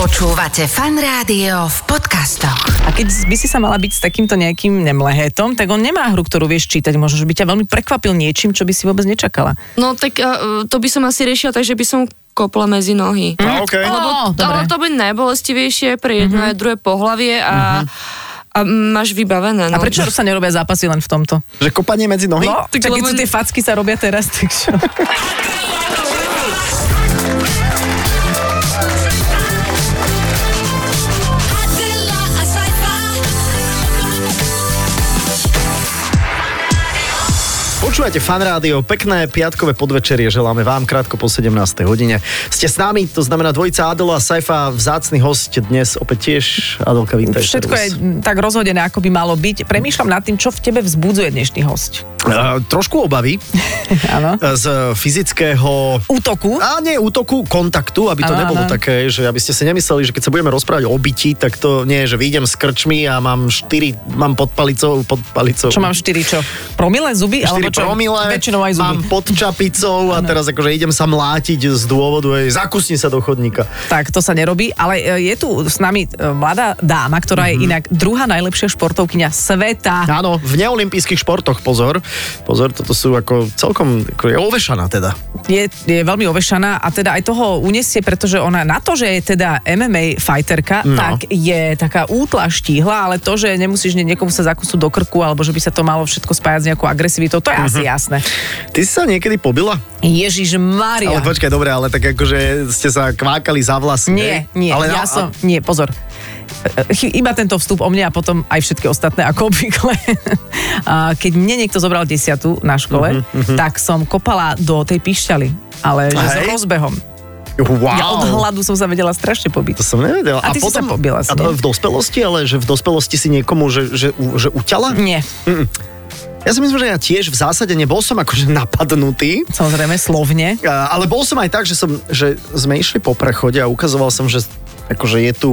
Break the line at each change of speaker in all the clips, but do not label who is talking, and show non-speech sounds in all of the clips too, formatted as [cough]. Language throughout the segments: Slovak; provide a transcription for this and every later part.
Počúvate fan rádio v podcastoch.
A keď by si sa mala byť s takýmto nejakým nemlehetom, tak on nemá hru, ktorú vieš čítať. Možno, že by ťa veľmi prekvapil niečím, čo by si vôbec nečakala.
No tak a, e, to by som asi riešila tak, že by som kopla medzi nohy.
A OK.
Lebo
Mm. Ó,
to,
dobre. Mhm.
to by najbolestivejšie pre jedno aj druhé pohlavie a, a máš vybavené.
A
No.
prečo sa nerobia zápasy len v tomto?
Že kopanie medzi nohy?
No, tak keď sú
lebo-
tie facky sa robia teraz, tak čo?
Adela, a
Počúvate fan rádio, pekné piatkové podvečerie želáme vám krátko po 17. hodine. Ste s nami, to znamená dvojica Adela a Saifa, vzácny host dnes opäť tiež Adelka Vintaj.
Všetko je mm, tak rozhodené, ako by malo byť. Premýšľam nad tým, čo v tebe vzbudzuje dnešný host.
Uh, trošku obavy
Áno.
eh, z fyzického
Útoku.
a nie útoku, kontaktu, aby to
Áno,
nebolo
áno.
také, že aby ste si nemysleli, že keď sa budeme rozprávať o byti, tak to nie je, že vyjdem s krčmi a mám 4, mám pod palicou, pod palicou.
Čo mám 4 čo? Promile zuby?
4
alebo čo?
promile,
Väčšinou aj zuby.
mám pod čapicou a teraz akože idem sa mlátiť z dôvodu, hej, zakusni sa do chodníka.
Tak, to sa nerobí, ale e, je tu s nami e, mladá dáma, ktorá je inak druhá najlepšia športovkyňa sveta.
Áno, v neolimpijských športoch, pozor, pozor, toto sú ako celkom, ako je ovešaná teda.
Je, je veľmi ovešaná a teda aj toho unesie, pretože ona na to, že je teda MMA fighterka, no.
No.
tak je taká útla štíhla, ale to, že nemusíš ne- niekomu sa zakusnúť do krku alebo že by sa to malo všetko spájať s nejakou agresivitou, to je asi jasné.
Ty si sa niekedy pobila?
Ježiš Maria.
Ale počkaj, dobre, ale tak akože ste sa kvákali za vlasy.
Nie, nie,
ale
ale ja
na-
som, nie, pozor. Chy- Iba tento vstup o mne a potom aj všetky ostatné, ako obvykle. [laughs] A Keď mne niekto zobral desiatu na škole, tak som kopala do tej píšťaly, ale že s
Hej.
rozbehom.
Wow.
Ja od hladu som sa vedela strašne
To
pobiť.
som nevedel.
A ty si sa pobila si,
a to
nie?
v dospelosti, ale že v dospelosti si niekomu, že, že, u- že uťala?
Nie,
Ja si myslím, že ja tiež v zásade nebol som akože napadnutý.
samozrejme slovne.
A- Eh, ale bol som aj tak, že, som, že sme išli po prechode a ukazoval som, že akože je tu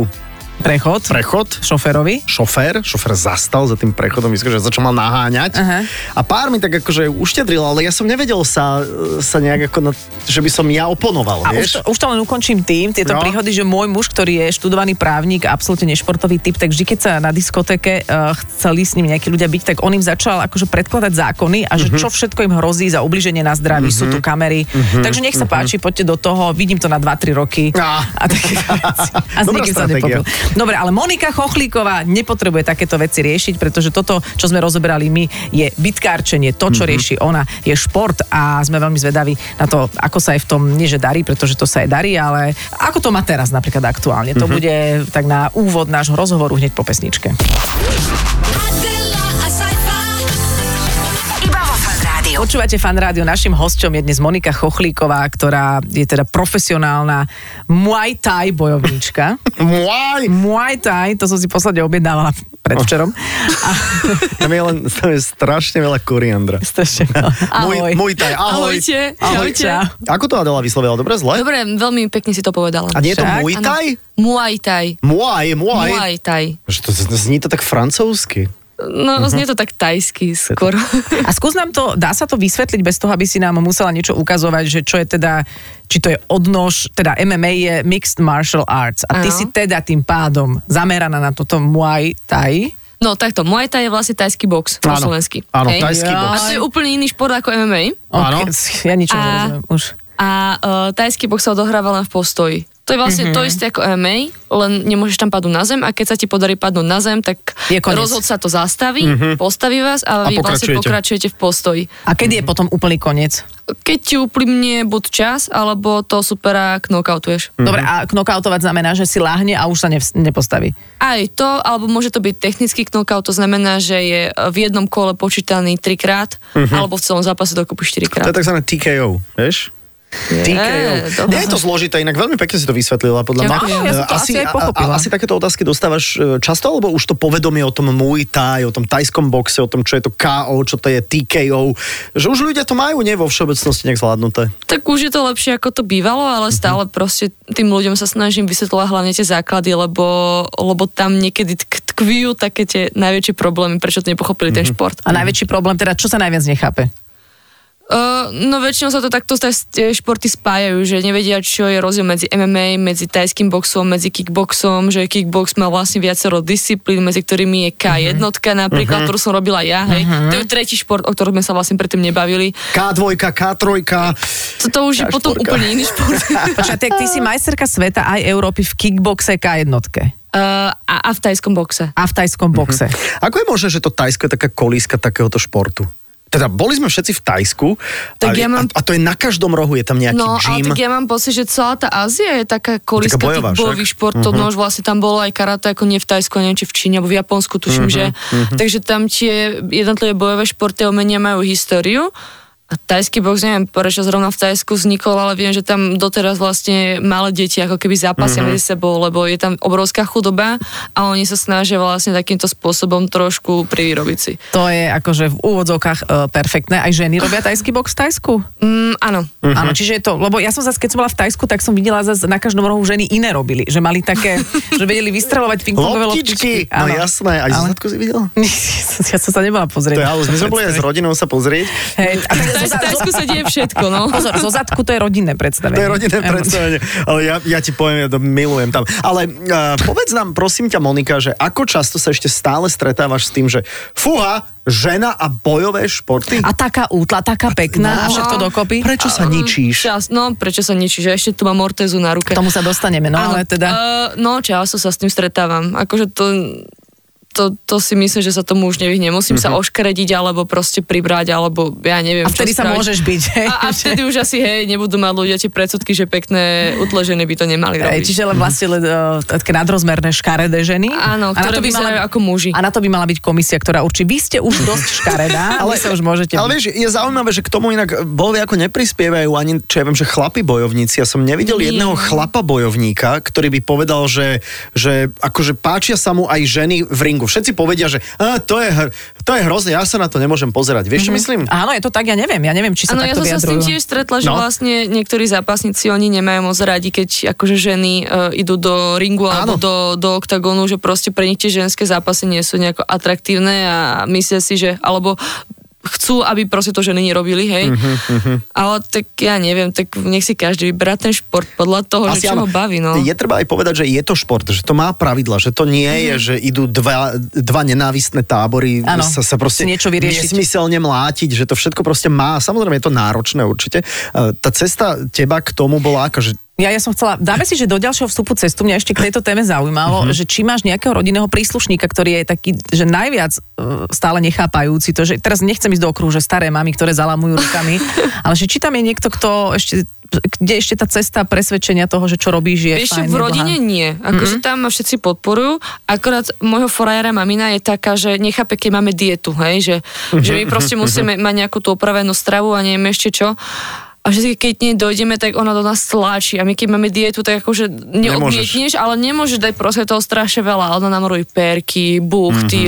Prechod.
prechod,
Šoferovi.
šofér, šofér zastal za tým prechodom, vyskúšal, že začal ma naháňať.
Aha.
A pár mi tak akože uštedril, ale ja som nevedel sa, eh, sa nejak ako, na, že by som ja oponoval,
A
vieš?
už to, už to len ukončím tým, tieto no.
No.
príhody, že môj muž, ktorý je študovaný právnik, absolútne nešportový typ, tak vždy, keď sa na diskotéke uh, chceli s ním nejakí ľudia byť, tak on im začal akože predkladať zákony a že čo všetko im hrozí za ubliženie na zdraví, sú tu kamery. Takže nech sa páči, poďte do toho, vidím to na 2-3 roky.
Á.
A také [laughs] veci. A s
Dobrá
nikým sa
stratégia.
nepopil. Dobre, ale Monika Chochlíková nepotrebuje takéto veci riešiť, pretože toto, čo sme rozoberali my, je bitkárčenie. To,
Mhm.
čo rieši ona, je šport a sme veľmi zvedaví na to, ako sa aj v tom, nie že darí, pretože to sa aj darí, ale ako to má teraz napríklad aktuálne.
Mhm.
To bude tak na úvod nášho rozhovoru hneď po pesničke.
Iba vo fan rádiu.
Počúvate fan rádio, našim hosťom je dnes Monika Chochlíková, ktorá je teda profesionálna Muay Thai bojovníčka.
[laughs] Muaj!
Muay Thai, to som si posledne objednávala predvčerom. A,
[laughs]
Tam je len tam je strašne veľa koriandra.
strašne veľa.
Môj,
Ahoj.
môj taj, ahoj.
Ahojte.
Ahoj,
Čaute.
čau.
Ako to Adela vyslovila? Dobre, zle?
Dobre, veľmi pekne si to povedala.
A nie je to
Však,
Muay
Áno.
Thai?
Muay Thai.
Muaj, muaj.
Muay Thai.
Že to, to, zní to tak francúzsky.
No,
Mhm.
znie to tak tajsky skoro.
A skús nám to, dá sa to vysvetliť bez toho, aby si nám musela niečo ukazovať, že čo je teda, či to je odnož, teda MMA je Mixed Martial Arts. A ty
Áno.
si teda tým pádom zameraná na toto Muay Thai.
No takto, Muay Thai je vlastne tajský box po
Áno,
slovensky.
áno,
Hej?
tajský
Ja.
A
box.
to je úplne iný šport ako MMA.
Áno.
Ok, Ja ničo
A-
nerozumiem už.
A uh, tajský box sa odohráva len v postoji. To je vlastne
Mhm.
mm-hmm. to isté ako MMA, len nemôžeš tam padnúť na zem a keď sa ti podarí padnúť na zem, tak
Je koniec.
rozhod sa to zastaví, mm-hmm. postaví vás a,
Mhm. A
vy vlastne
pokračujete.
pokračujete v postoji.
A kedy
Mhm.
je potom úplný koniec?
Keď ti uplynie buď čas, alebo to supera knockoutuješ.
Mhm.
Dobre, a knockoutovať znamená, že si láhne a už sa nevs- nepostaví.
Aj to, alebo môže to byť technický knockout, to znamená, že je e, v jednom kole počítaný trikrát,
Mhm.
alebo v celom zápase dokopy
To je
štyrikrát.
takzvané TKO, vieš?
Eh, Je,
TKO. Nie je to zložité, inak veľmi pekne si to vysvetlila, podľa mňa.
Ďakujem. Áno,
ja som to asi aj
a-
pochopila.
A, asi takéto otázky dostávaš e, často, alebo už to povedomie o tom Muay Thai, o tom tajskom boxe, o tom, čo je to KO, čo to je TKO, že už ľudia to majú, nie vo všeobecnosti nejak zvládnuté.
Tak už je to lepšie, ako to bývalo, ale stále proste tým ľuďom sa snažím vysvetľovať hlavne tie základy, lebo, lebo tam niekedy tk- tkvijú také
Mhm.
tie najväčšie problémy, prečo to nepochopili ten šport.
A najväčší problém, teda čo sa najviac nechápe?
Uh, no väčšinou sa to takto tá- tie športy spájajú, že nevedia, čo je rozdiel medzi MMA, medzi tajským boxom, medzi kickboxom, že kickbox má vlastne viacero disciplín, medzi ktorými je K1 napríklad, ktorú som robila ja, hej. To je tretí šport, o ktorom sme sa vlastne predtým nebavili.
K2, K3,
Toto už je
Tá
potom
štvorka.
úplne iný šport.
[laughs] Počkaj, tak ty si majsterka sveta aj Európy v kickboxe K1
Uh, a, a v tajskom boxe.
a v tajskom boxe.
Mhm.
Ako je možné, že to Tajsko je taká kolíska takéhoto športu? Teda boli sme všetci v Tajsku
Tak
ale-
ja mám-
a, a to je na každom rohu, je tam nejaký
No, ale
gym.
tak ja mám pocit, že celá tá Ázia je taká koriska
Taká bojová,
tých bojových
však? Mhm.
športov, no už vlastne tam bolo aj karate, ako nie v Tajsku, neviem, či v Číne, alebo v Japonsku, tuším,
Mhm,
že. Takže tam tie jednotlivé bojové športy umenia majú históriu. A tajský box, neviem, prečo zrovna v Tajsku vznikol, ale viem, že tam doteraz vlastne malé deti ako keby zápasia
Mhm.
medzi sebou, lebo je tam obrovská chudoba a oni sa snažia vlastne takýmto spôsobom trošku privyrobiť si.
To je akože v úvodzovkách e, perfektné. Aj ženy robia tajský box v Tajsku?
Mm, áno.
Mhm.
Uh-huh. Áno, čiže je to, lebo ja som zase, keď som bola v Tajsku, tak som videla zase na každom rohu ženy iné robili, že mali
[laughs]
také, že vedeli vystrelovať pingpongové loptičky.
Loptičky. No
Áno.
jasné, aj
Ale-
Zuzatku si videl?
[laughs] ja som sa nebola
To
pozrieť. [laughs]
je halus, my sme boli aj s rodinou sa pozrieť.
Hej, a
[laughs]
tak
V
zo, za-
Taj- v
zo,
Tajsku sa deje všetko, no.
pozor, zo zadku to je rodinné
To
predstavenie.
je rodinné
Áno.
predstavenie. Ale ja, ja ti poviem, ja to milujem tam. Ale uh, povedz nám, prosím ťa, Monika, že ako často sa ešte stále stretávaš s tým, že fúha, žena a bojové športy?
A taká útla, taká pekná a všetko dokopy.
Prečo sa ničíš?
Hm, Čas, no, prečo sa ničíš? Ešte tu mám ortézu na ruke.
K tomu sa dostaneme, no ale teda...
Uh, no, často sa s tým stretávam. Akože to, to, to si myslím, že sa tomu už nevyhnem. Musím sa oškrediť, alebo proste pribrať, alebo ja
Mhm. A
neviem,
vtedy
čo
sa
spraviť.
môžeš byť, hej. [laughs]
A, a vtedy už asi, hej, nebudú mať ľudia tie predsudky, že pekné utležené by to nemali robiť.
Hej, čiže len vlastne len, eh, také nadrozmerné škaredé ženy.
Áno, ktoré vyzerajú ako muži.
A na to by mala byť komisia, ktorá určí, vy ste už dosť škaredá,
[laughs]
ale sa už môžete byť.
ale vieš, je zaujímavé, že k tomu inak boli ako neprispievajú ani, čo ja viem, že chlapi bojovníci. Ja som nevidel
Nie.
jedného chlapa bojovníka, ktorý by povedal, že, že akože páčia sa mu aj ženy v ringu. Všetci povedia, že a, to, je, hr- to je hrozné, ja sa na to nemôžem pozerať. Vieš, čo myslím?
Áno, je to tak, ja neviem, ja neviem, či sa
Áno, ja
takto
som sa s tým
vyjadrujú.
tiež stretla, že
No.
no. vlastne niektorí zápasníci, oni nemajú moc radi, keď akože ženy e, idú do ringu alebo
Áno.
do, do oktagónu, že proste pre nich tie ženské zápasy nie sú nejako atraktívne a myslia si, že alebo chcú, aby proste to ženy nerobili, hej. Ale tak ja neviem, tak nech si každý vyberá ten šport podľa toho,
Asi
že čo ho
áno.
baví, no.
Je treba aj povedať, že je to šport, že to má pravidla, že to nie
Mhm.
je, že idú dva, dva nenávistné tábory
Áno,
sa, sa proste
si niečo vyriešiť.
nesmyselne mlátiť, že to všetko proste má. Samozrejme je to náročné určite. E, Tá cesta teba k tomu bola akože- aká, že
Ja, ja som chcela, dáme si, že do ďalšieho vstupu cestu mňa ešte k tejto téme zaujímalo, že či máš nejakého rodinného príslušníka, ktorý je taký, že najviac e, stále nechápajúci to, že teraz nechcem ísť do okruhu, že staré mamy, ktoré zalamujú rukami, ale že či tam je niekto, kto ešte kde ešte tá cesta presvedčenia toho, že čo robíš, je
Vieš, čo,
fajn,
v
je
rodine
blahá.
nie. Akože tam ma všetci podporujú. Akorát môjho frajera mamina je taká, že nechápe, keď máme dietu, hej, že, že my
[laughs]
proste musíme mať nejakú tú opravenú stravu a neviem ešte čo. A že keď nie dojdeme, tak ona do nás tlačí. A my keď máme dietu, tak akože neodmietneš, ale nemôžeš dať proste toho strašne veľa. Ona nám robí perky, buchty,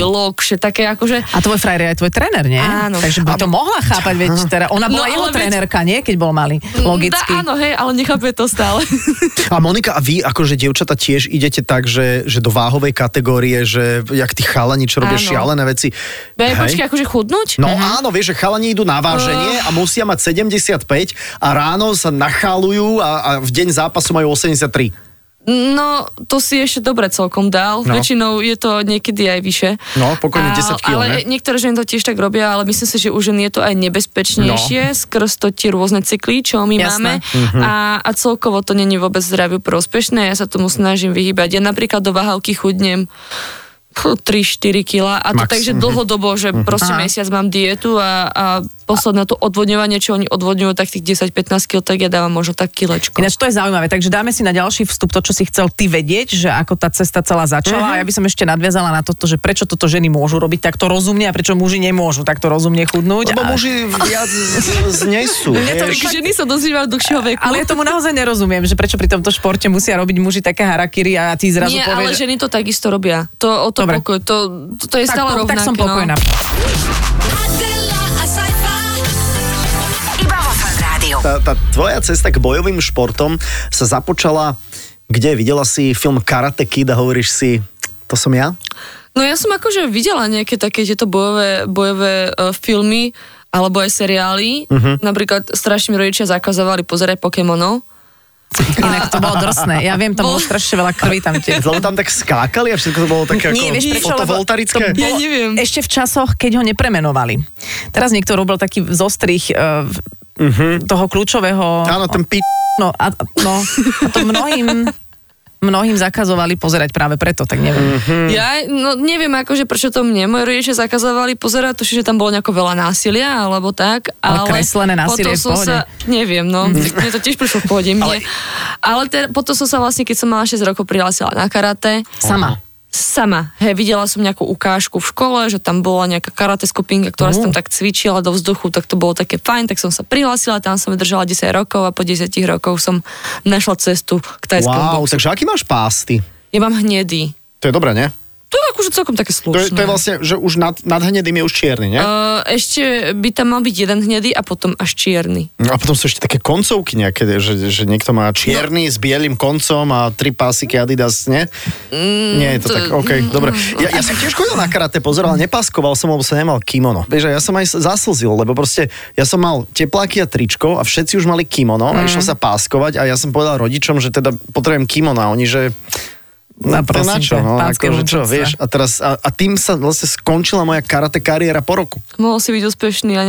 Mhm.
mm-hmm. lokše, také akože...
A tvoj frajer je aj tvoj tréner, nie?
Áno.
Takže by to mohla chápať, veď teda, ona bola
No,
jeho
ale veď-
trénerka, nie? Keď bol malý, logicky.
Dá, áno, hej, ale nechápe to
[laughs]
stále.
A Monika, a vy akože dievčata tiež idete tak, že, že do váhovej kategórie, že jak tí chalani, čo robia
Áno.
šialené veci.
Bej,
Hej.
počkaj, Oh. akože chudnúť?
No áno, vieš, že chalani idú na váženie a musia mať 75 a ráno sa nachalujú a, a v deň zápasu majú 83.
No, to si ešte dobre celkom dal.
No.
No. Väčšinou je to niekedy aj vyššie.
No, pokojne 10 kg,
Ale
ne?
niektoré ženy to tiež tak robia, ale myslím si, že už je to aj nebezpečnejšie no. skrz to tie rôzne cykly, čo my
Jasné.
máme.
Mhm.
A, a celkovo to není vôbec zdraviu prospešné. Ja sa tomu snažím vyhýbať. Ja napríklad do váhavky chudnem 3-4 kg a to
Max. Mhm.
tak, že dlhodobo, že proste
Aha.
mesiac mám dietu a, a posledné to odvodňovanie, čo oni odvodňujú, tak tých 10-15 kg, tak ja dávam možno tak kilečko.
Ináč to je zaujímavé, takže dáme si na ďalší vstup to, čo si chcel ty vedieť, že ako tá cesta celá
Mhm.
začala. A ja by som ešte nadviazala na toto, že prečo toto ženy môžu robiť takto rozumne a prečo muži nemôžu takto rozumne chudnúť.
Lebo
a...
muži viac z-
To,
znesú. vieš.
ženy sa dozývajú dlhšieho veku.
Ale ja tomu naozaj nerozumiem, že prečo pri tomto športe musia robiť muži také harakiri a ty zrazu
Nie, ale
povieš...
ženy to takisto robia. To o to
Dobre.
pokoj, to, to, to je
tak,
stále
to- tak
rovnaké.
som pokojná.
No.
Adela, a sci-fi.
Iba vo Fan Rádiu.
Tá, tá tvoja cesta k bojovým športom sa započala, kde videla si film Karate Kid a hovoríš si, to som ja?
no ja som akože videla nejaké také tieto bojové, bojové uh, e, filmy, alebo aj seriály.
Mhm.
Uh-huh. Napríklad strašne mi rodičia zakazovali pozerať Pokémonov.
Inak to bolo drsné. Ja viem, tam bolo strašne veľa krvi tam tie.
Lebo tam tak skákali a všetko to bolo také ako
Nie, vieš prečo, lebo
fotovoltarické.
Ja neviem.
Ešte v časoch, keď ho nepremenovali. Teraz niekto robil taký zostrih uh, toho kľúčového...
Áno, ten pit...
No, a, no, a to mnohým, mnohým zakazovali pozerať práve preto, tak neviem.
Ja no, neviem akože prečo to mne. Moje rodičia zakazovali pozerať, tuším, že tam bolo nejako veľa násilia alebo tak.
Ale
Ale,
kreslené násilie
potom
je v
som
pohode. Mhm.
sa, neviem, no, tak mne to tiež prišlo v pohode mne. Ale, ale te, potom som sa vlastne, keď som mala 6 rokov, prihlásila na karate.
Sama.
Sama. Hej, videla som nejakú ukážku v škole, že tam bola nejaká karate skupinka, ktorá
Mhm.
sa tam tak cvičila do vzduchu, tak to bolo také fajn, tak som sa prihlásila, tam som vydržala 10 rokov a po 10 rokoch som našla cestu k tajskému wow.
Wow, takže aký máš pásty?
Ja mám hnedý.
To je dobré, nie?
To je akože celkom také
To je,
slušné.
to je vlastne, že už nad, nad hnedým je už čierny, nie?
Uh, ešte by tam mal byť jeden hnedý a potom až čierny.
No A potom sú ešte také koncovky nejaké, že, že niekto má čierny s bielým koncom a tri pásiky Adidas, nie?
Mm,
nie, je to,
to-
tak, OK, dobre. Ja, ja som tiež chodil na karate, pozeral, nepaskoval som, lebo som nemal kimono. Vieš, a ja som aj zaslzil, lebo proste ja som mal tepláky a tričko a všetci už mali kimono
Mm.
a išlo sa páskovať a ja som povedal rodičom, že teda potrebujem kimono a oni, že...
No,
to
prosím
na čo,
ťa,
no,
pánske
akože, čo,
vnúčatce.
vieš, a teraz, a, a tým sa vlastne skončila moja karate kariéra po roku.
Mohol si byť úspešný a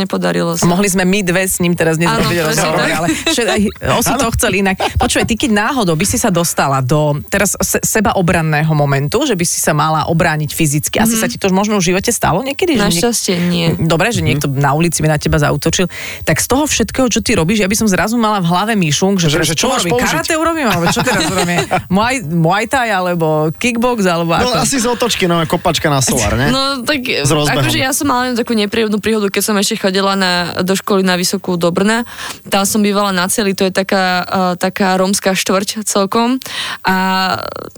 A
nepodarilo sa.
mohli sme my dve s ním teraz nezrobiť
Áno,
rozhovor,
presne tak.
ale všet- aj osi to chcel inak. Počúvaj, ty keď náhodou by si sa dostala do teraz se, sebaobranného momentu, že by si sa mala obrániť fyzicky, asi sa ti to možno v živote stalo niekedy? že niek-
Mhm. Našťastie nie.
Dobre, že niekto
Mhm.
na ulici by na teba zautočil. Tak z toho všetkého, čo ty robíš, ja by som zrazu mala v hlave myšunk, že,
Že-
teraz
že čo máš
urobím?
použiť?
Karate urobím, alebo čo
[laughs]
teraz urobím? Muay, muay thai, alebo kickbox, alebo akože-
No
ako?
asi z otočky, no kopačka na
[laughs]
solár, ne?
No tak
S rozbehom.
akože ja som mala jednu takú nepríjemnú príhodu, keď som ešte chodila na, do školy na Vysokú do Brna. Tam som bývala na celi, to je taká, uh, taká rómska štvrť celkom. A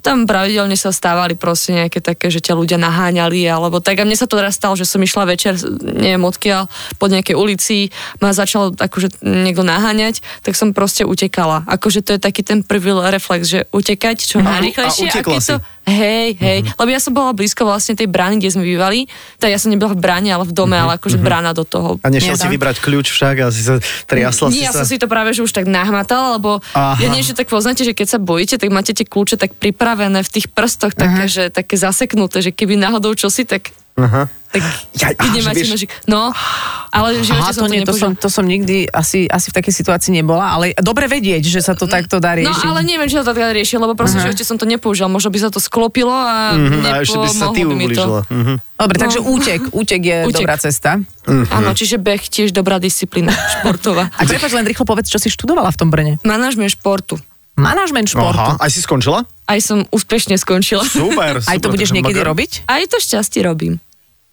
tam pravidelne sa stávali proste nejaké také, že ťa ľudia naháňali alebo tak. A mne sa to teraz stalo, že som išla večer, neviem odkiaľ, po nejakej ulici, ma začal akože niekto naháňať, tak som proste utekala. Akože to je taký ten prvý reflex, že utekať čo najrychlejšie. a
No, utekla
keď
si.
to- Hej, hej,
Mhm.
mm-hmm. lebo ja som bola blízko vlastne tej brány, kde sme bývali. Teda ja som nebola v bráne, ale v dome, mm-hmm. ale akože mm-hmm. brána do toho.
Mhm. A nešiel
Nie,
si
tak.
vybrať kľúč však a si sa triasla si
no. Nie, ja
sa.
som si to práve že už tak nahmatala, lebo
Aha.
Aha. ja nie, že tak poznáte, že keď sa bojíte, tak máte tie kľúče tak pripravené v tých prstoch,
Mhm.
také, že, také zaseknuté, že keby náhodou čosi, tak,
Aha.
tak
No. Ja-
keď
aha, že
nemáte
vieš-
nožik. No, ale v živote
Aha,
som
to,
to,
nie, to, som,
nepoužila.
to som nikdy asi, asi v takej situácii nebola, ale dobre vedieť, že sa to takto dá
No
riešiť.
ale neviem, či sa to tak riešil, lebo proste, že ešte som to nepoužil. Možno by sa to sklopilo a
Mhm,
mm-hmm,
a ešte by si sa ty
by mi to.
ublížila. Mhm.
Dobre,
No.
takže útek, útek je
[laughs] Útek.
dobrá cesta.
Áno, čiže beh tiež dobrá disciplína
[laughs]
športová.
A prepáč, len rýchlo povedz, čo si študovala v tom Brne.
Manažment športu.
Manažment športu.
Aha, aj si skončila?
Aj som úspešne skončila.
Super, super.
Aj to budeš
takže
niekedy
magar.
robiť?
[laughs] Aj to šťastie robím.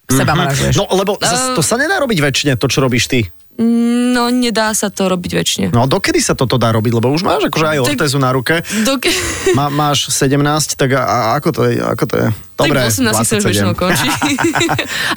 Seba manažuješ.
No, lebo
Ehm.
zas to sa nedá robiť väčšine, to, čo robíš ty.
No, nedá sa to robiť väčšine.
No, dokedy sa toto dá robiť? Lebo už máš akože aj
Tak-
ortézu na ruke.
Dok-
Má, máš 17, tak a, a ako to je? Ako to je? Dobre,
tak 18 sa už
27.
väčšinou
[laughs]
končí.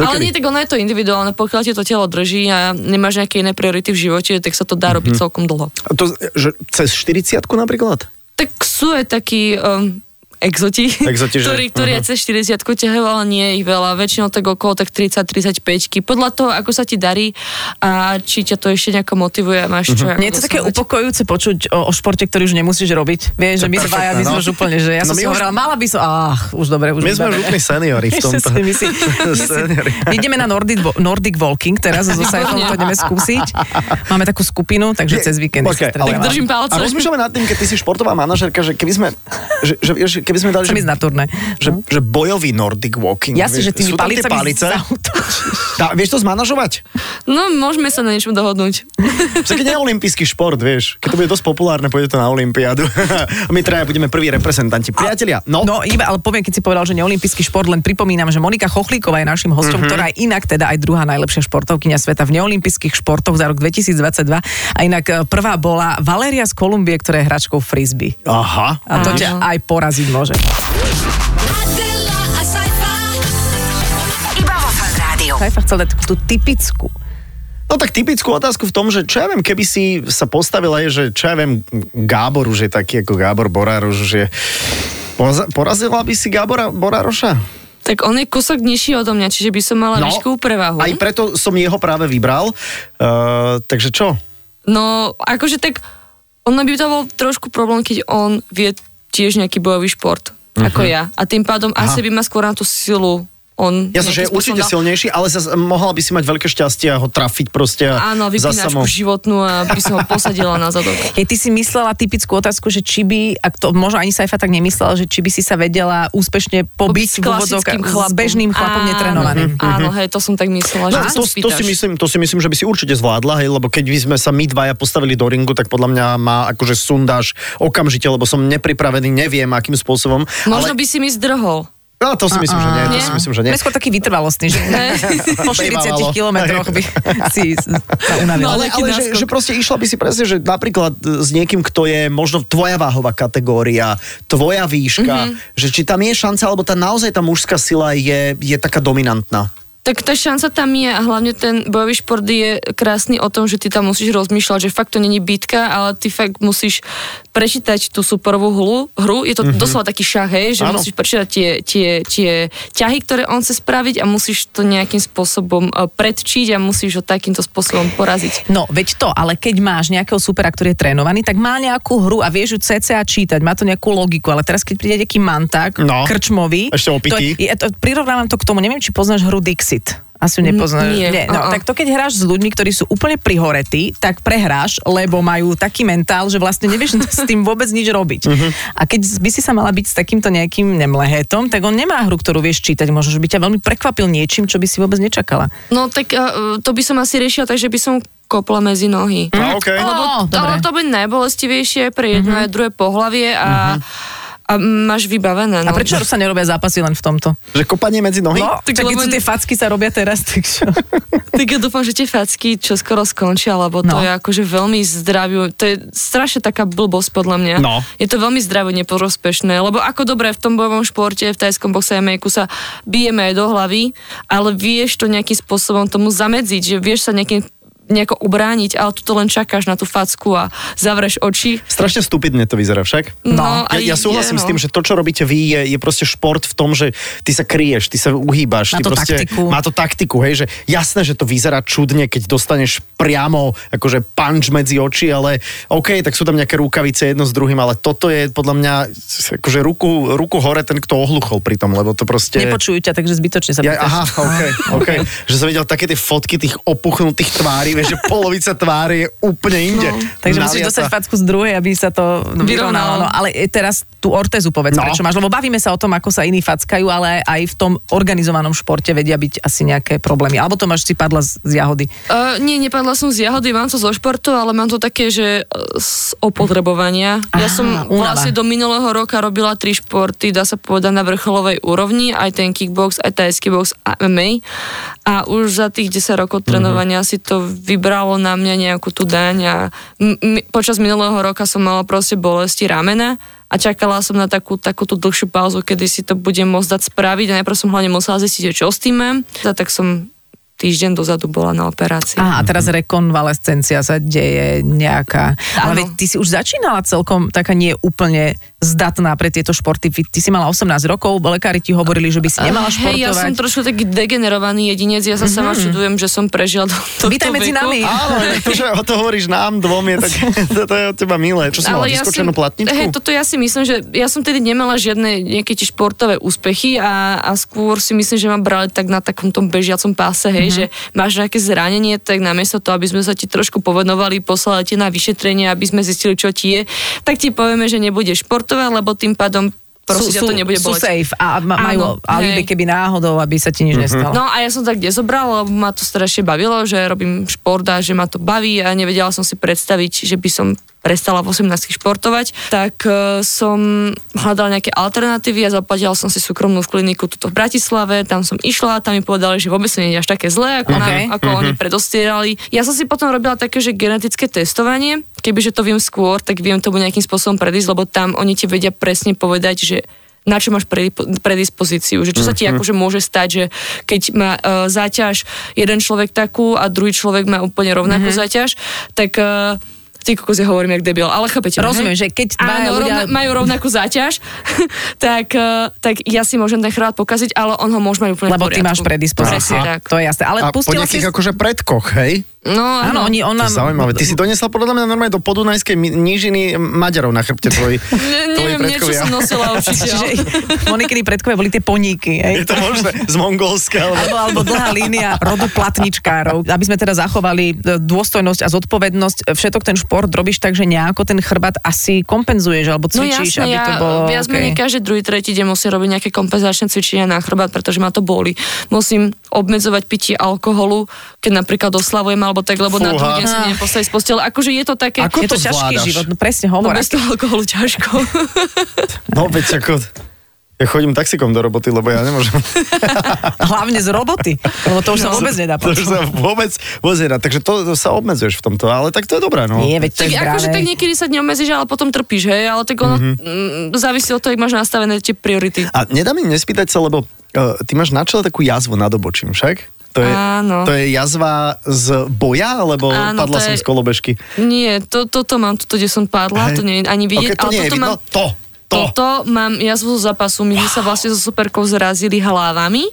Ale
Dokedy?
nie, tak ono je to individuálne. Pokiaľ ti to telo drží a nemáš nejaké iné priority v živote, tak sa to dá robiť
Mhm.
celkom dlho.
A To, že cez 40 napríklad?
Tak sú aj takí um, exoti,
Exoti, že? Mhm.
ktorí, ktorí aj cez 40 ťahajú, ale nie je ich veľa. Väčšinou tak okolo tak 30-35. Podľa toho, ako sa ti darí a či ťa to ešte nejako motivuje a
Mhm.
máš čo. ako
Nie je to také
dosávať.
upokojujúce počuť o, o športe, ktorý už nemusíš robiť. Vieš, že my dvaja, my sme
no.
už úplne, že ja
No
som
my
si
už-
hovorila, mala by som, ach, už dobre, už
My sme
dobre.
už úplní seniori
[laughs]
v
Ešte
tomto.
si
[laughs]
my si, my si,
Seniori.
my ideme na Nordic, vo- Nordic Walking teraz,
[laughs]
so Sajfom to ideme skúsiť. Máme takú skupinu, takže cez víkend
Počkaj, ale-
Tak držím palce.
A rozmýšľame nad tým, keď ty si športová manažerka, že keby sme, že, že, vieš, keby sme dali...
Chcem
že-
ísť na turné.
že, že bojový Nordic Walking.
Ja si, Mhm. že
vieš,
tými
sú tam tie
palicami
palice.
zautočíš.
Tá, vieš to zmanažovať?
No, môžeme sa na niečom dohodnúť.
To je olimpijský šport, vieš. Keď to bude dosť populárne, pôjde to na olympiádu. [laughs] A my traja budeme prví reprezentanti. Priatelia, no,
No
no.
iba, ale poviem, keď si povedal, že neolimpijský šport, len pripomínam, že Monika Chochlíková je našim hostom, ktorá je inak teda aj druhá najlepšia športovkyňa sveta v neolimpijských športoch za rok 2022. A inak e, prvá bola Valéria z Kolumbie, ktorá je hračkou frisbee.
aha.
A to ťa aj poraziť môže.
Adela, a sci-fi.
Iba vo Fan Rádiu.
Sajfa chcel dať takú tú typickú.
No tak typickú otázku v tom, že čo ja viem, keby si sa postavila, je, že čo ja viem, Gábor už je taký ako Gábor Borároš, že porazila by si Gábora Borároša?
Tak on je kúsok nižší odo mňa, čiže by som mala no, výškovú prevahu.
Aj preto som jeho práve vybral. Uh, takže čo?
No, akože tak, ono by to bol trošku problém, keď on vie tiež nejaký bojový šport, uh-huh. ako
Mhm.
ja. A tým pádom Aha. asi by ma skôr na tú silu on
Jasné, že je
nejakým spôsobom
určite
dal.
silnejší, ale zas, mohla by si mať veľké šťastie a ho trafiť proste a
Áno,
za
vypínačku
samo.
životnú a by som ho posadila na zadok.
Keď ty si myslela typickú otázku, že či by, a to možno ani Saifa tak nemyslela, že či by si sa vedela úspešne
Pobiť
pobiť
s
v úvodzovkách
klasickým
s
chlapom.
bežným chlapom
Áno,
netrenovaným.
Áno, hej, to som tak myslela.
No,
že sa
to, to, si
spýtaš.
myslím, to si myslím, že by si určite zvládla, hej, lebo keď by sme sa my dvaja postavili do ringu, tak podľa mňa má akože sundáš okamžite, lebo som nepripravený, neviem akým spôsobom.
Možno
ale...
by si mi zdrhol.
No, to si myslím, že nie, to
Nie?
si myslím, že nie.
Nie. Skôr taký vytrvalostný, že po 40
Bejvalo.
kilometroch by si sa
No,
unavil.
ale,
Veľký
ale že,
náskok.
že proste išla by si presne, že napríklad e, s niekým, kto je možno tvoja váhová kategória, tvoja
Mhm.
výška, mm-hmm. že či tam je šanca, alebo tá naozaj tá mužská sila je, je taká dominantná.
Tak tá šanca tam je a hlavne ten bojový šport je krásny o tom, že ty tam musíš rozmýšľať, že fakt to není bitka, ale ty fakt musíš prečítať tú superovú hru. hru. Je to mm-hmm. doslova taký šach, hej, že
Áno.
ano. musíš prečítať tie, tie, tie ťahy, ktoré on chce spraviť a musíš to nejakým spôsobom eh, predčiť a musíš ho takýmto spôsobom poraziť.
No, veď to, ale keď máš nejakého supera, ktorý je trénovaný, tak má nejakú hru a vieš ju CCA čítať, má to nejakú logiku, ale teraz keď príde nejaký manták,
No.
krčmový,
Ešte
to,
opitý.
je, ja to, prirovnávam to k tomu, neviem, či poznáš hru Dixit. Asi ju nepoznáš.
N- nie,
Nie, no,
a-a.
tak to keď hráš s ľuďmi, ktorí sú úplne prihoretí, tak prehráš, lebo majú taký mentál, že vlastne nevieš [laughs] s tým vôbec nič robiť.
Mhm.
A keď by si sa mala byť s takýmto nejakým nemlehetom, tak on nemá hru, ktorú vieš čítať. Možno, že by ťa veľmi prekvapil niečím, čo by si vôbec nečakala.
No tak eh, to by som asi riešila, takže by som kopla medzi nohy.
No, okay.
Lebo
Ó,
to,
dobre.
to by najbolestivejšie pre jedno aj druhé pohlavie a, a máš vybavené. No.
A prečo sa nerobia zápasy len v tomto?
Že kopanie medzi nohy?
No, tak
tak
keď
lebo-
sú tie facky sa robia teraz, [laughs] tak čo?
Tak ja dúfam, že tie facky čo skoro skončia, lebo
No.
no. to je akože veľmi zdravý, to je strašne taká blbosť podľa mňa.
No.
Je to veľmi zdravo neprospešné, lebo ako dobre v tom bojovom športe, v tajskom boxe a MMA sa bijeme aj do hlavy, ale vieš to nejakým spôsobom tomu zamedziť, že vieš sa nejakým nejako ubrániť, ale tu to len čakáš na tú facku a zavreš oči.
Strašne stupidne to vyzerá však.
No, a
Ja, ja
je,
súhlasím
no.
s tým, že to, čo robíte vy, je, je proste šport v tom, že ty sa kryješ, ty sa
Má
uhýbaš. ty
to
proste,
taktiku.
Má to taktiku, hej, že jasné, že to vyzerá čudne, keď dostaneš priamo akože punch medzi oči, ale OK, tak sú tam nejaké rukavice jedno s druhým, ale toto je podľa mňa akože ruku, ruku hore ten, kto ohluchol pri tom, lebo to proste...
Nepočujú ťa, takže zbytočne sa pýtaš.
Ja, aha, OK, OK. Že som videl také tie fotky tých opuchnutých tvári, vieš, že polovica tvári je úplne inde. No,
[laughs] Takže musíš dostať facku z druhej, aby sa to no, vyrovnalo. No,
Vyrovnalo.
ale e, teraz tú ortezu povedz, no.
No.
prečo máš, lebo bavíme sa o tom, ako sa iní fackajú, ale aj v tom organizovanom športe vedia byť asi nejaké problémy. Alebo to máš si padla z, z jahody.
Uh, nie, nepadla som z jahody, mám to zo športu, ale mám to také, že eh, z opotrebovania. ja
Á,
som
únava.
vlastne do minulého roka robila tri športy, dá sa povedať na vrcholovej úrovni, aj ten kickbox, aj tajský box a MMA. A už za tých 10 rokov trénovania si to vybralo na mňa nejakú tú daň a m- m- počas minulého roka som mala proste bolesti ramena a čakala som na takú, takú tú dlhšiu pauzu, kedy si to budem môcť dať spraviť a najprv som hlavne musela zistiť, že čo s tým mám. A tak som týždeň dozadu bola na operácii.
Aha, a teraz
Mhm.
rekonvalescencia sa deje nejaká. Ale
Áno.
veď ty si už začínala celkom taká nie úplne zdatná pre tieto športy. Ty, ty si mala 18 rokov, lekári ti hovorili, že by si nemala športovať.
Hej, ja som trošku taký degenerovaný jedinec, ja sa mm-hmm. sama čudujem, že som prežil do tohto
Vítaj medzi
veku.
nami.
Áno, tak to, že to hovoríš nám dvom, je
[laughs]
tak, [laughs] to, to je od teba milé. Čo som mala, vyskočenú platničku?
Hej, toto ja si myslím, že ja som tedy nemala žiadne nejaké tie športové úspechy a, a skôr si myslím, že ma brali tak na takom tom bežiacom páse,
Mhm.
hej, mm-hmm. že máš nejaké zranenie, tak namiesto toho, aby sme sa ti trošku povenovali, poslali ti na vyšetrenie, aby sme zistili, čo ti je, tak ti povieme, že nebudeš športovať, lebo tým pádom proste ťa to nebude
sú
boleť.
safe a ma- majú
Áno,
alibi,
hej.
keby náhodou, aby sa ti
Mhm.
nič nestalo.
No a ja som tak nezobrala, lebo ma to strašne bavilo, že robím šport a že ma to baví a nevedela som si predstaviť, že by som prestala v 18 športovať, tak e, som hľadala nejaké alternatívy a zaplatila som si súkromnú kliniku tuto v Bratislave, tam som išla, tam mi povedali, že vôbec to nie je až také zlé, ako,
Okay.
nám, ako oni predostierali. Ja som si potom robila také, že genetické testovanie, kebyže to viem skôr, tak viem tomu nejakým spôsobom predísť, lebo tam oni ti vedia presne povedať, že na čo máš predipo- predispozíciu, že čo sa ti
Mhm.
akože môže stať, že keď má e,
Mhm.
záťaž jeden človek takú a druhý človek má úplne rovnakú záťaž, tak e, Ty kokos, ja hovorím jak debil, ale chápete. ma,
Rozumiem, že
hej?
keď dvaja
Áno,
ľudia-
rovna, majú rovnakú záťaž, [laughs] tak, eh, tak ja si môžem ten chrbát pokaziť, ale on ho môže mať úplne
Lebo
v
ty
poriadku.
máš predispozíciu.
Presne tak.
To je jasné. Ale
A po
pustila si...
nejakých akože predkoch, hej?
No,
Áno, oni, on
To
nám...
je zaujímavé.
[laughs]
Ty si donesla podľa mňa normálne do podunajskej mi- nížiny Maďarov na chrbte
[laughs]
tvoji,
Ne,
tvoji
neviem, niečo
predkovia.
som nosila určite.
Čiže
[laughs] ale-
Monikiny predkovia boli tie poníky. Hej?
Je to možné? Z Mongolska? Ale...
Alebo, alebo dlhá línia rodu platničkárov. Aby sme teda zachovali e, dôstojnosť a zodpovednosť, e, všetok ten šport robíš tak, že nejako ten chrbát asi kompenzuješ alebo
No
cvičíš, aby
jasné, ja
to bolo...
viac
okej.
menej každý druhý, tretí deň musím robiť nejaké kompenzačné cvičenia na chrbát, pretože ma to boli. Musím obmedzovať pitie alkoholu, keď napríklad oslavujem alebo tak, lebo na
Fúha.
druhý deň si neviem postaviť z postele. Akože je to také...
Ako
je to,
to
ťažký
zvládaš?
život, no presne
No
hovor.
bez
No,
toho alkoholu ťažko.
No veď ako... Ja chodím taxikom do roboty, lebo ja nemôžem.
hlavne z roboty, lebo to už
No.
sa vôbec nedá
[laughs] To už
počúvať.
sa vôbec, vôbec nedá. Takže to, to sa obmedzuješ v tomto, ale tak to je dobré, no.
Nie,
[laughs]
veď to
tak
je
akože
zdravé.
tak niekedy sa neomezíš, ale potom trpíš, hej, ale tak ono mm-hmm. závisí od toho, jak máš nastavené tie priority.
Mhm. A nedá mi nespýtať sa, lebo uh, ty máš na čele takú jazvu nad obočím, však? To je,
Áno.
to je jazva z boja, alebo
Áno,
padla
to
som
je-
z kolobežky?
Nie, to, toto mám, toto, kde som padla, to
Hej.
nie je ani vidieť.
Ok, to
ale
nie je
toto
vidno,
mám,
to, to.
Toto mám jazvu zo zápasu, my sme sa vlastne so superkou zrazili hlavami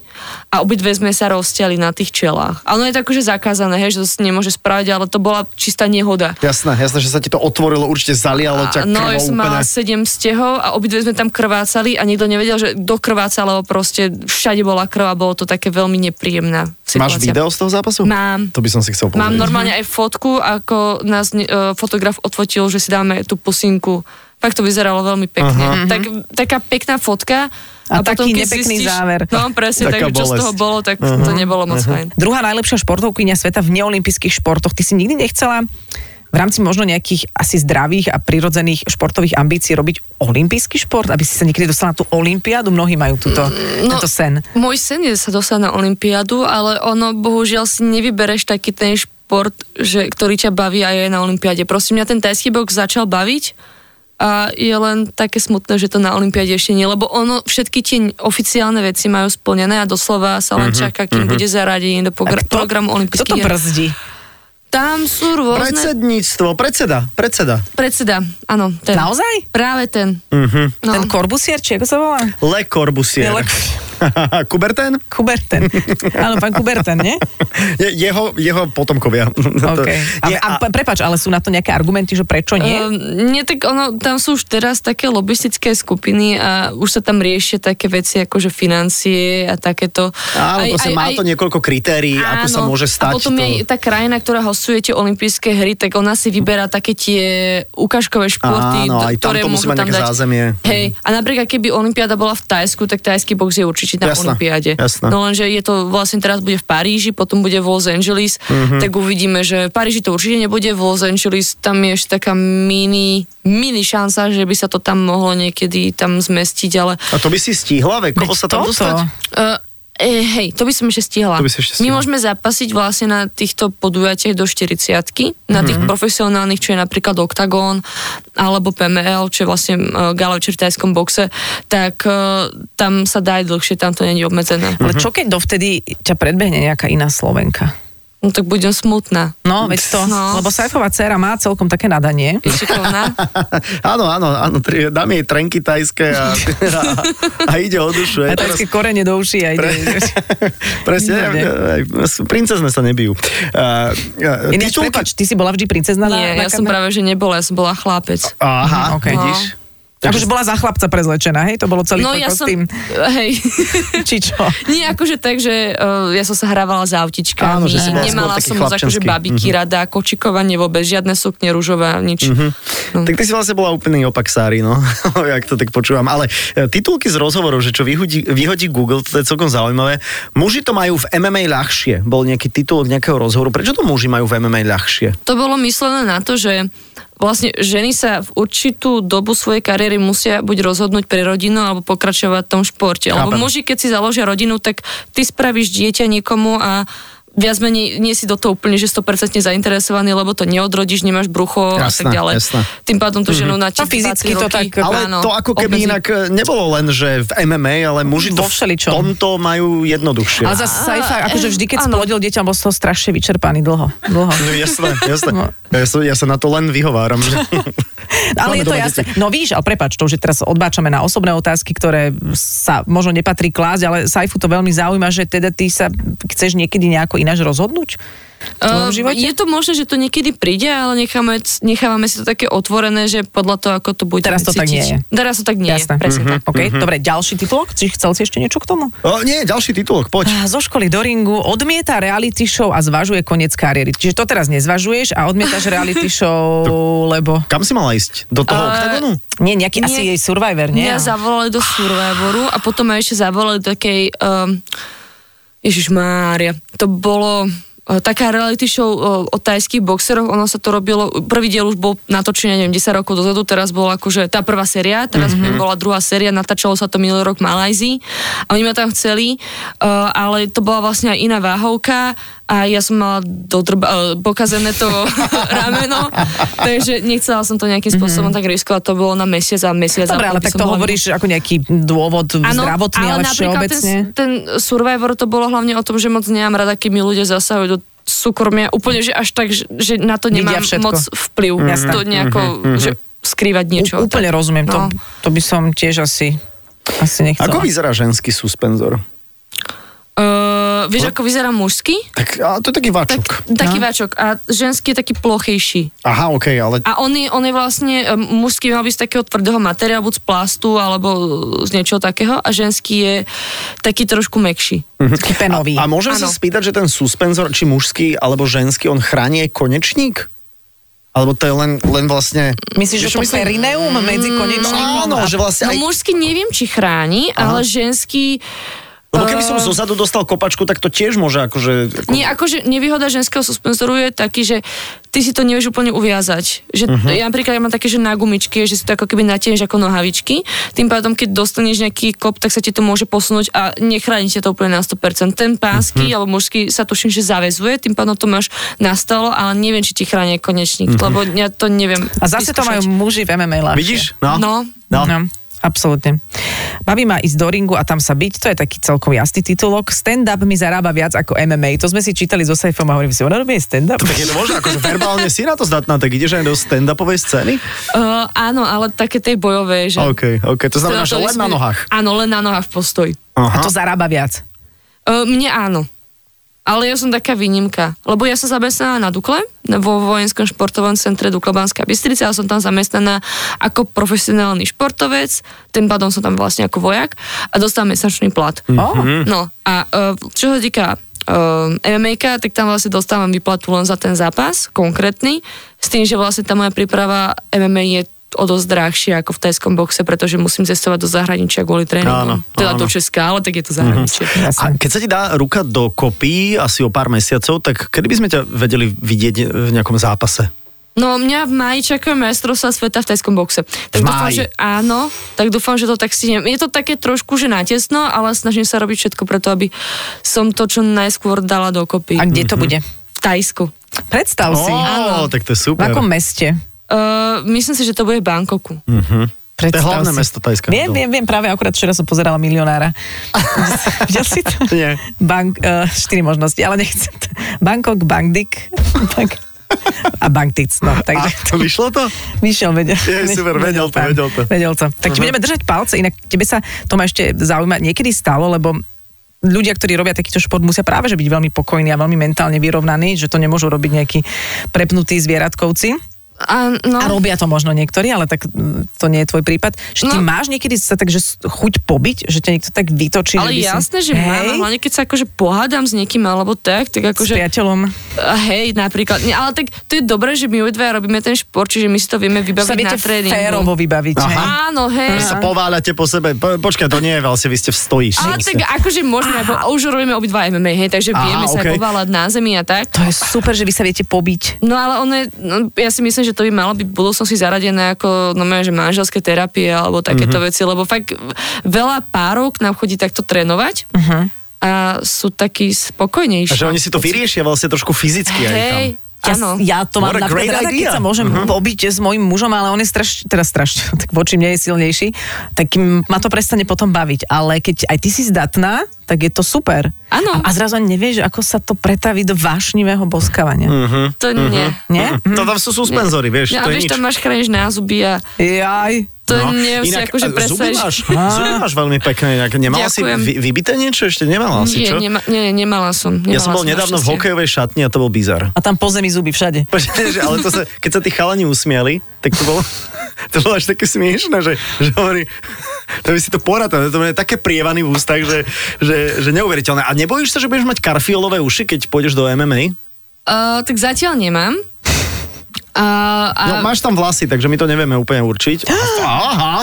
a obidve sme sa rozťali na tých čelách. A ono je tak, že zakázané, hej, že to si nemôže spraviť, ale to bola čistá nehoda.
Jasné, jasné, že sa ti to otvorilo, určite zalialo
A-
ťa
no, ja
krvou
som
úplne.
mala sedem stehov a obidve sme tam krvácali a nikto nevedel, že do krváca, lebo proste všade bola krv a bolo to také veľmi nepríjemná situácia.
Máš video z toho zápasu?
Mám.
To by som si chcel pozrieť.
Mám normálne aj fotku, ako nás ne, e, fotograf odfotil, že si dáme tú pusinku. Fakt to vyzeralo veľmi pekne. Tak, taká pekná fotka.
A
potom,
taký
keď
nepekný záver.
No presne,
Taká
tak, čo z
bolesť.
toho bolo, tak to nebolo moc fajn.
Druhá najlepšia športovkyňa sveta v neolimpijských športoch. Ty si nikdy nechcela v rámci možno nejakých asi zdravých a prirodzených športových ambícií robiť olimpijský šport, aby si sa niekedy dostala na tú olimpiádu? Mnohí majú túto, tento sen.
Môj sen je sa dostať na Olympiádu, ale ono bohužiaľ si nevybereš taký ten šport, že, ktorý ťa baví a je na Olympiáde. Proste mňa ten tajský box začal baviť a je len také smutné, že to na Olympiáde ešte nie, lebo ono, všetky tie oficiálne veci majú splnené a doslova sa len čaká, kým bude zaradený do
Mhm, A
pogra-
kto- Kto
programu
to
olympijských hier.
brzdí?
Tam sú rôzne...
Predsedníctvo, predseda, predseda.
Predseda, áno, ten.
Naozaj?
Práve ten.
No. Ten korbusier, či ako sa volá?
Le Corbusier. [laughs]
Le-
Kuberten?
Kuberten. Áno, pán Kuberten, nie?
Je, jeho, jeho potomkovia. [laughs] To-
Okay. A,
Nie,
a, a, prepač, ale sú na to nejaké argumenty, že prečo nie?
Ehm, nie, tak ono, tam sú už teraz také lobistické skupiny a už sa tam riešia také veci ako že financie a takéto.
Áno, proste má to niekoľko kritérií, ako sa môže stať.
A potom
to...
aj tá krajina, ktorá hostuje tie olympijské hry, tak ona si vyberá také tie ukážkové športy,
Áno,
do-
aj tam
ktoré
to musí
môžu
mať
tam
nejaké
dať.
zázemie.
Hej, a napríklad keby olympiáda bola v Tajsku, tak tajský box je určite na
Jasné,
olympiáde.
jasné.
No lenže je to vlastne teraz bude v Paríži, potom bude v Los Angeles,
Mhm.
tak uvidíme, že v Paríži to určite nebude, v Los Angeles tam je ešte taká mini, mini šanca, že by sa to tam mohlo niekedy tam zmestiť, ale
A to by si stihla, vekovo sa tam
Toto.
dostať? [laughs]
Uh, e, hej, to by som ešte stihla.
To by si ešte stihla.
My môžeme zapasiť vlastne na týchto podujatiach do 40 na tých
Mhm.
profesionálnych, čo je napríklad Octagon alebo PML, čo je vlastne uh, gala večer v tajskom boxe, tak uh, tam sa dá aj dlhšie, tam to nie je obmedzené.
Ale čo keď dovtedy ťa predbehne nejaká iná Slovenka?
No tak budem smutná.
No, veď to,
No.
lebo Sajfová dcéra má celkom také nadanie.
Je
[laughs]
šikovná.
áno, áno, áno, tri, dám jej trenky
[laughs]
tajské a, a, a ide o dušu.
Aj
Aj teraz,
tajské korene do uší a ide.
[laughs] presne,
Výborne.
aj- aj- princezne sa nebijú. A, a,
[laughs] Ináč,
titulky-
prepač, ty si bola vždy princezna na,
nie,
na
ja som práve, že nebola, ja som bola chlapec.
Aha,
Mhm, ok.
vidíš?
Takže Akože bola za chlapca prezlečená, hej? To bolo celý
No
tvoj
ja som... [laughs]
kostým.
Hej.
[laughs] Či čo?
Nie, akože tak, že uh, ja som sa hrávala za autičkami,
Áno, že si bola
nemala
skôr taký
som moc akože
chlapčenský. Mhm.
babiky mm-hmm. rada, kočikovanie vôbec, žiadne sukne ružové, nič. No.
Tak ty si vlastne bola úplný opak
[laughs]
Sári, no, jak to tak počúvam. Ale e, titulky z rozhovorov, že čo vyhodí, vyhodí Google, to je celkom zaujímavé. Muži to majú v MMA ľahšie. Bol nejaký titulok nejakého rozhovoru. Prečo to muži majú v MMA ľahšie?
To bolo myslené na to, že vlastne ženy sa v určitú dobu svojej kariéry musia buď rozhodnúť pre rodinu alebo pokračovať v tom športe. Lebo
Chápem.
muži, keď si založia rodinu, tak ty spravíš dieťa niekomu a viac menej nie si do toho úplne, že 100% zainteresovaný, lebo to neodrodíš, nemáš brucho a
Jasné,
tak ďalej.
jasné.
Tým pádom
Mhm.
to ženou na
A fyzicky to tak-
Ale to ako keby inak e, nebolo len, že v MMA, ale muži to v
Vo všeličom.
tomto majú jednoduchšie.
A zase Saifa, akože vždy, keď
áno.
splodil dieťa, bol z toho strašne vyčerpaný dlho. dlho.
No jasné, jasné.
No.
Ja, sa, ja sa na to len vyhováram. Že... [laughs]
Ale je to
doma
jasné. No víš, ale prepač, to už teraz odbáčame na osobné otázky, ktoré sa možno nepatrí klásť, ale Saifu to veľmi zaujíma, že teda ty sa chceš niekedy nejako ináč rozhodnúť? V tvojom živote?
Ehm, je to možné, že to niekedy príde, ale necháme, nechávame si to také otvorené, že podľa toho, ako to bude
Teraz to tak nie je.
Teraz to tak nie
Jasné.
je. Presne tak.
OK, dobre, ďalší titulok? Či chcel si ešte niečo k tomu?
O, nie, ďalší titulok, poď.
Zo školy do ringu odmieta reality show a zvažuje koniec kariéry. Čiže to teraz nezvažuješ a
[laughs]
odmietaš reality show, lebo...
Kam si mala ísť? Do toho oktagonu?
Nie, nejaký
Nie.
asi jej Survivor, nie?
Mňa zavolali do Survivoru a potom ma ešte zavolali do takej... Um, Ježišmária. To bolo eh, taká reality show eh, o tajských boxeroch, ono sa to robilo, prvý diel už bol natočený, neviem, 10 rokov dozadu, teraz bola akože tá prvá séria, teraz
Mhm.
mm-hmm. bola druhá séria, natáčalo sa to minulý rok v Malajzii a oni ma tam chceli, eh, ale to bola vlastne aj iná váhovka a ja som mala dodrba, eh, pokazené to [laughs] rameno, takže nechcela som to nejakým spôsobom mm-hmm. tak riskovať, to bolo na mesiac a mesiac.
Mhm. Dobre,
a
ale
by
tak
som
to
bola-
hovoríš ako nejaký dôvod zdravotný, ale,
napríklad
všeobecne.
Ten, ten Survivor to bolo hlavne o tom, že moc nemám rada, keď mi ľudia zasahujú do súkromia, úplne, že až tak, že, že na to
Vidia
nemám
všetko.
moc vplyv.
Jasné.
To nejako, že skrývať niečo.
U, úplne
tak.
rozumiem, to,
No.
to by som tiež asi, asi nechcela.
Ako vyzerá ženský suspenzor?
Eh, vieš, ako vyzerá mužský?
Tak, a to je taký
Tak,
vačok.
No.
taký váčok. A ženský je taký plochejší.
Aha, okej, ale...
A on je, on je vlastne, em, mužský mal byť z takého tvrdého materiálu, buď z plastu, alebo z niečoho takého, a ženský je taký trošku mekší.
Mhm. Taký penový.
A môžem sa
Áno.
spýtať, že ten suspenzor, či mužský alebo ženský, on chráni aj konečník? Alebo to je len, len vlastne...
Myslíš, že
Vieš, čo
to
myslím? No,
perineum medzi
Mm,
konečníkom?
Áno, že vlastne aj...
No mužský neviem, či chráni, ale ženský...
Lebo keby som zozadu dostal kopačku, tak to tiež môže akože... Ako,
Nie, akože nevýhoda ženského suspenzoru je taký, že ty si to nevieš úplne uviazať. Že
Mhm.
uh-huh. Ja napríklad ja mám také, že na gumičky, že si to ako keby natieneš ako nohavičky, tým pádom, keď dostaneš nejaký kop, tak sa ti to môže posunúť a nechráni ťa to úplne na 100%. Ten
Mhm.
pánsky uh-huh. alebo mužský sa tuším, že zavezuje, tým pádom to máš nastalo, ale neviem, či ti chráni aj konečník,
Mhm.
uh-huh. lebo ja to neviem.
A zase to majú
vyskúšať.
muži v MMA ľahšie.
Vidíš? No.
No.
no.
No, absolútne. Baví ma ísť do ringu a tam sa byť, to je taký celkom jasný titulok. Stand-up mi zarába viac ako MMA. To sme si čítali so Saifom a hovorím si, ona robí aj stand-up?
Tak je to možné, akože verbálne si na to zdatná, tak ideš aj do stand-upovej scény?
Uh, áno, ale také tej bojové, že...
OK, OK, to znamená,
Teda
že
to
len
isté-
na nohách.
Áno, len na nohách postoj.
A
Aha.
to zarába viac.
Uh, mne áno. Ale ja som taká výnimka, lebo ja som zamestnaná na Dukle, vo vojenskom športovom centre Dukla Banská Bystrica, ale som tam zamestnaná ako profesionálny športovec, tým pádom som tam vlastne ako vojak a dostávam mesačný plat.
Mhm.
O,
No a uh, čo sa týka uh, MMA, tak tam vlastne dostávam výplatu len za ten zápas, konkrétny, s tým, že vlastne tá moja príprava MMA je o dosť drahšia ako v tajskom boxe, pretože musím cestovať do zahraničia kvôli
Áno,
tréningu. Teda do
áno. Mhm.
Česka, ale tak je to zahraničie.
A
jasné.
keď sa ti dá ruka do kopy asi o pár mesiacov, tak kedy by sme ťa vedeli vidieť v nejakom zápase?
No mňa v máji čakajú majstrovstvá sveta v tajskom boxe.
V
Tak dúfam,
máji?
že áno, tak dúfam, že to tak si Je to také trošku, že natesno, ale snažím sa robiť všetko preto, aby som to čo najskôr dala dokopy.
A kde to bude?
V Tajsku.
Predstav si.
Mhm. Ó, tak to je
V
super.
akom meste?
Uh, myslím si, že to bude v Bankoku.
Predstav
Mhm. hlavné mesto Tajska.
Viem, viem, viem, práve akurát včera som pozerala milionára.
[laughs]
Videl si to?
Nie.
Bank, uh, štyri možnosti, ale nechcem to. Bangkok, Bangdik Bank, a Banktic. No,
A
takže
to vyšlo to?
No.
Mišel vedel. [laughs]
Je, super, vedel to,
tam.
vedel to. Mhm.
Vedel to. Tak ti budeme držať palce, inak tebe sa to ma ešte zaujíma. Niekedy stalo, lebo ľudia, ktorí robia takýto šport, musia práve že byť veľmi pokojní a veľmi mentálne vyrovnaní, že to nemôžu robiť nejakí prepnutí zvieratkovci.
A, no,
A robia to možno niektorí, ale tak mm, to nie je tvoj prípad. Že ty
No.
máš niekedy sa tak, že s- chuť pobiť, že ťa niekto tak vytočí. by
ale
si-
jasné, že
hej,
mám, hlavne keď sa akože pohádam s niekým alebo tak, tak
S
akože...
priateľom.
A Hej, napríklad. Nie, ale tak to je dobré, že my obidvaja robíme ten šport, čiže my si to vieme
Sa
vybaviť
viete
na tréningu.
férovo vybaviť. hej.
Áno, hej.
Vy sa pováľate po sebe. Po, počkaj, to nie je vlastne, vy ste v stoji.
Ale tak akože môžeme, bo už robíme obidva MMA, hej, takže
Aha,
vieme sa
okej.
poválať na zemi a tak.
To je super, že vy sa viete pobiť.
No ale ono je, no, ja si myslím, že to by malo byť v budúcnosti zaradené ako no, že manželské
Mhm.
terapie alebo takéto mm-hmm. veci, lebo fakt veľa párov k nám chodí takto trénovať. Mm-hmm. A a sú takí spokojnejší.
Mhm. A že oni si to vyriešia vlastne trošku fyzicky aj tam.
Hej,
Ja,
áno.
ja to mám
What a great
napríklad rada,
idea. Mhm.
keď sa môžem uh-huh. pobiť s mojim mužom, ale on je straš, teda straš, [laughs] tak voči mne je silnejší, tak mm, ma to prestane potom baviť. Ale keď aj ty si zdatná, tak je to super.
Áno.
A, a zrazu ani nevieš, ako sa to pretaví do vášnivého boskávania.
Mhm.
Mm-hmm.
Hm? To nie. Mhm.
Nie? Mhm.
Hm. To tam sú suspenzory, vieš,
Ja,
to
a
je
vieš,
nič.
tam máš chrániš názuby a
Jaj.
to no, nie si akože
e, zuby
presaješ.
máš, zuby máš veľmi pekné. inak. Nemala
Ďakujem.
si vy, vybité niečo? Ešte nemala si,
Nie,
čo?
nema, nie, nemala som. Nemala
ja som bol nedávno v
našťastie.
hokejovej šatni a to bol bizar.
A tam po zemi zuby všade.
Počkaj, že- ale to sa, keď sa tí chalani usmiali, tak to bolo, to bolo až také smiešné, že, že hovorí, to by si to poradal, to je také prievaný v ústach, že, že, že neuveriteľné. A nebojíš sa, že budeš mať karfiolové uši, keď pôjdeš do MMA?
Uh, tak zatiaľ nemám. Uh, a
No, máš tam vlasy, takže my to nevieme úplne určiť.
[gasps]
Aha,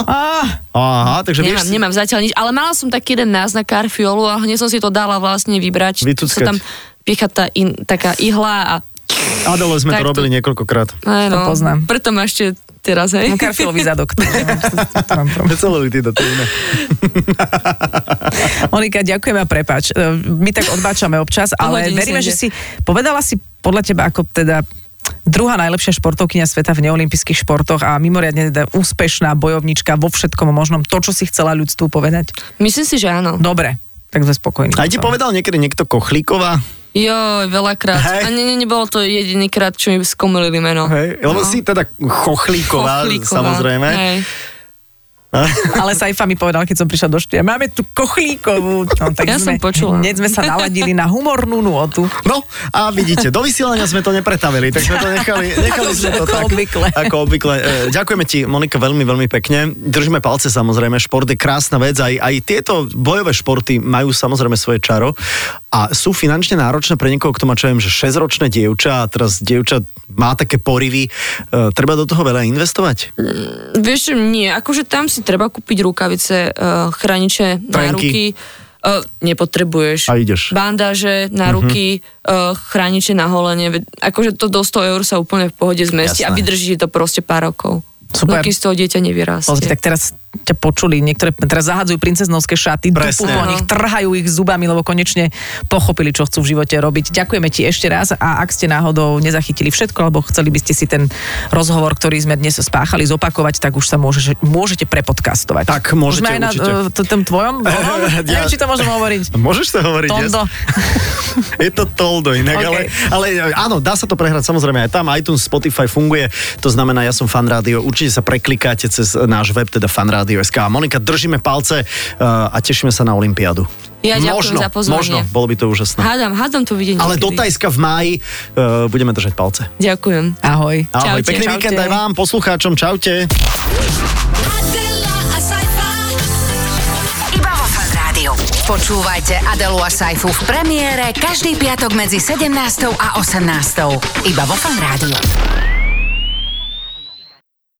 Ah,
aha, takže
nemám,
vieš si-
nemám zatiaľ nič, ale mala som taký jeden náznak karfiolu a hneď som si to dala vlastne vybrať.
Vycuckať.
Sa tam piecha tá in, taká ihla a...
A dole sme to
Tak to-
robili niekoľkokrát.
Aj,
To
no,
poznám. No,
Preto ma ešte teraz, hej.
mám karfilový zadok. takže mám- to mám problém.
Celujú ty do tej iné.
Monika, ďakujem a prepač. E, My tak odbáčame občas, ale
Pohode,
veríme,
nič
že
nejde.
si povedala si podľa teba ako teda druhá najlepšia športovkyňa sveta v neolimpijských športoch a mimoriadne teda úspešná bojovnička vo všetkom možnom, to, čo si chcela ľudstvu povedať.
[laughs] Myslím si, že áno.
No.
Dobre, tak sme spokojní.
A ti
No.
povedal niekedy niekto Kochlíková?
Jo, veľakrát.
Hej.
A nie, nie, nebolo to jediný krát, čo mi skomolili meno.
Hej, lebo
No.
si teda Chochlíková,
Kochlíková.
samozrejme.
Hej.
Ale Saifa mi povedal, keď som prišla do štúdia, máme tu kochlíkovú. No, tak
Ja
sme,
som počula.
Hneď sme sa naladili na humornú nôtu.
No a vidíte, do vysielania sme to nepretavili, tak sme to nechali,
[laughs]
nechali sme to
Ako
tak.
obvykle.
Ako obvykle. E, Ďakujeme ti, Monika, veľmi, veľmi pekne. Držíme palce samozrejme, šport je krásna vec, aj, aj tieto bojové športy majú samozrejme svoje čaro a sú finančne náročné pre niekoho, kto má, čo ja viem, že 6-ročné dievča a teraz dievča má také porivy. E, Treba do toho veľa investovať?
Vieš, čo, nie, akože tam si treba kúpiť rukavice, uh, chraniče na
Trenky.
ruky. Uh, nepotrebuješ.
A ideš.
Bandáže na
Mhm.
ruky, uh, chrániče na holenie. Ve- Akože to do 100 eur sa úplne v pohode zmestí
Jasné.
a vydrží ti to proste pár rokov.
Super.
No, kým z toho dieťa nevyrastie.
Pozri, tak teraz ťa počuli, niektoré teraz zahadzujú princeznovské šaty, dupú
Presne.
po
Áno.
nich, trhajú ich zubami, lebo konečne pochopili, čo chcú v živote robiť. Ďakujeme ti ešte raz a ak ste náhodou nezachytili všetko, alebo chceli by ste si ten rozhovor, ktorý sme dnes spáchali, zopakovať, tak už sa môže, môžete prepodcastovať.
Tak, môžete,
Už aj na
určite.
eh, t- tom
[laughs]
tvojom? novom?
Ja-
Neviem, či to môžem hovoriť.
Môžeš to hovoriť?
Tondo.
[laughs] Je to toldo inak,
OK.
okay. ale, ale áno, dá sa to prehrať samozrejme aj tam. iTunes, Spotify funguje, to znamená, ja som fan rádio, určite sa preklikáte cez náš web, teda fanradio.sk. A Monika, držíme palce uh, a tešíme sa na Olympiádu.
Ja ďakujem
možno,
za pozvanie.
Možno, bolo by to úžasné.
Hádam, hádam to vidieť
Ale
niekedy.
do Tajska v máji uh, budeme držať palce.
Ďakujem.
Ahoj.
Ahoj,
Čaute.
pekný
Čaute.
víkend aj vám, poslucháčom, čaute.
Adela, a sci-fi.
Iba vo Fan Rádiu. Počúvajte Adelu a Saifu v premiére každý piatok medzi 17. a 18. Iba vo Fan Rádiu.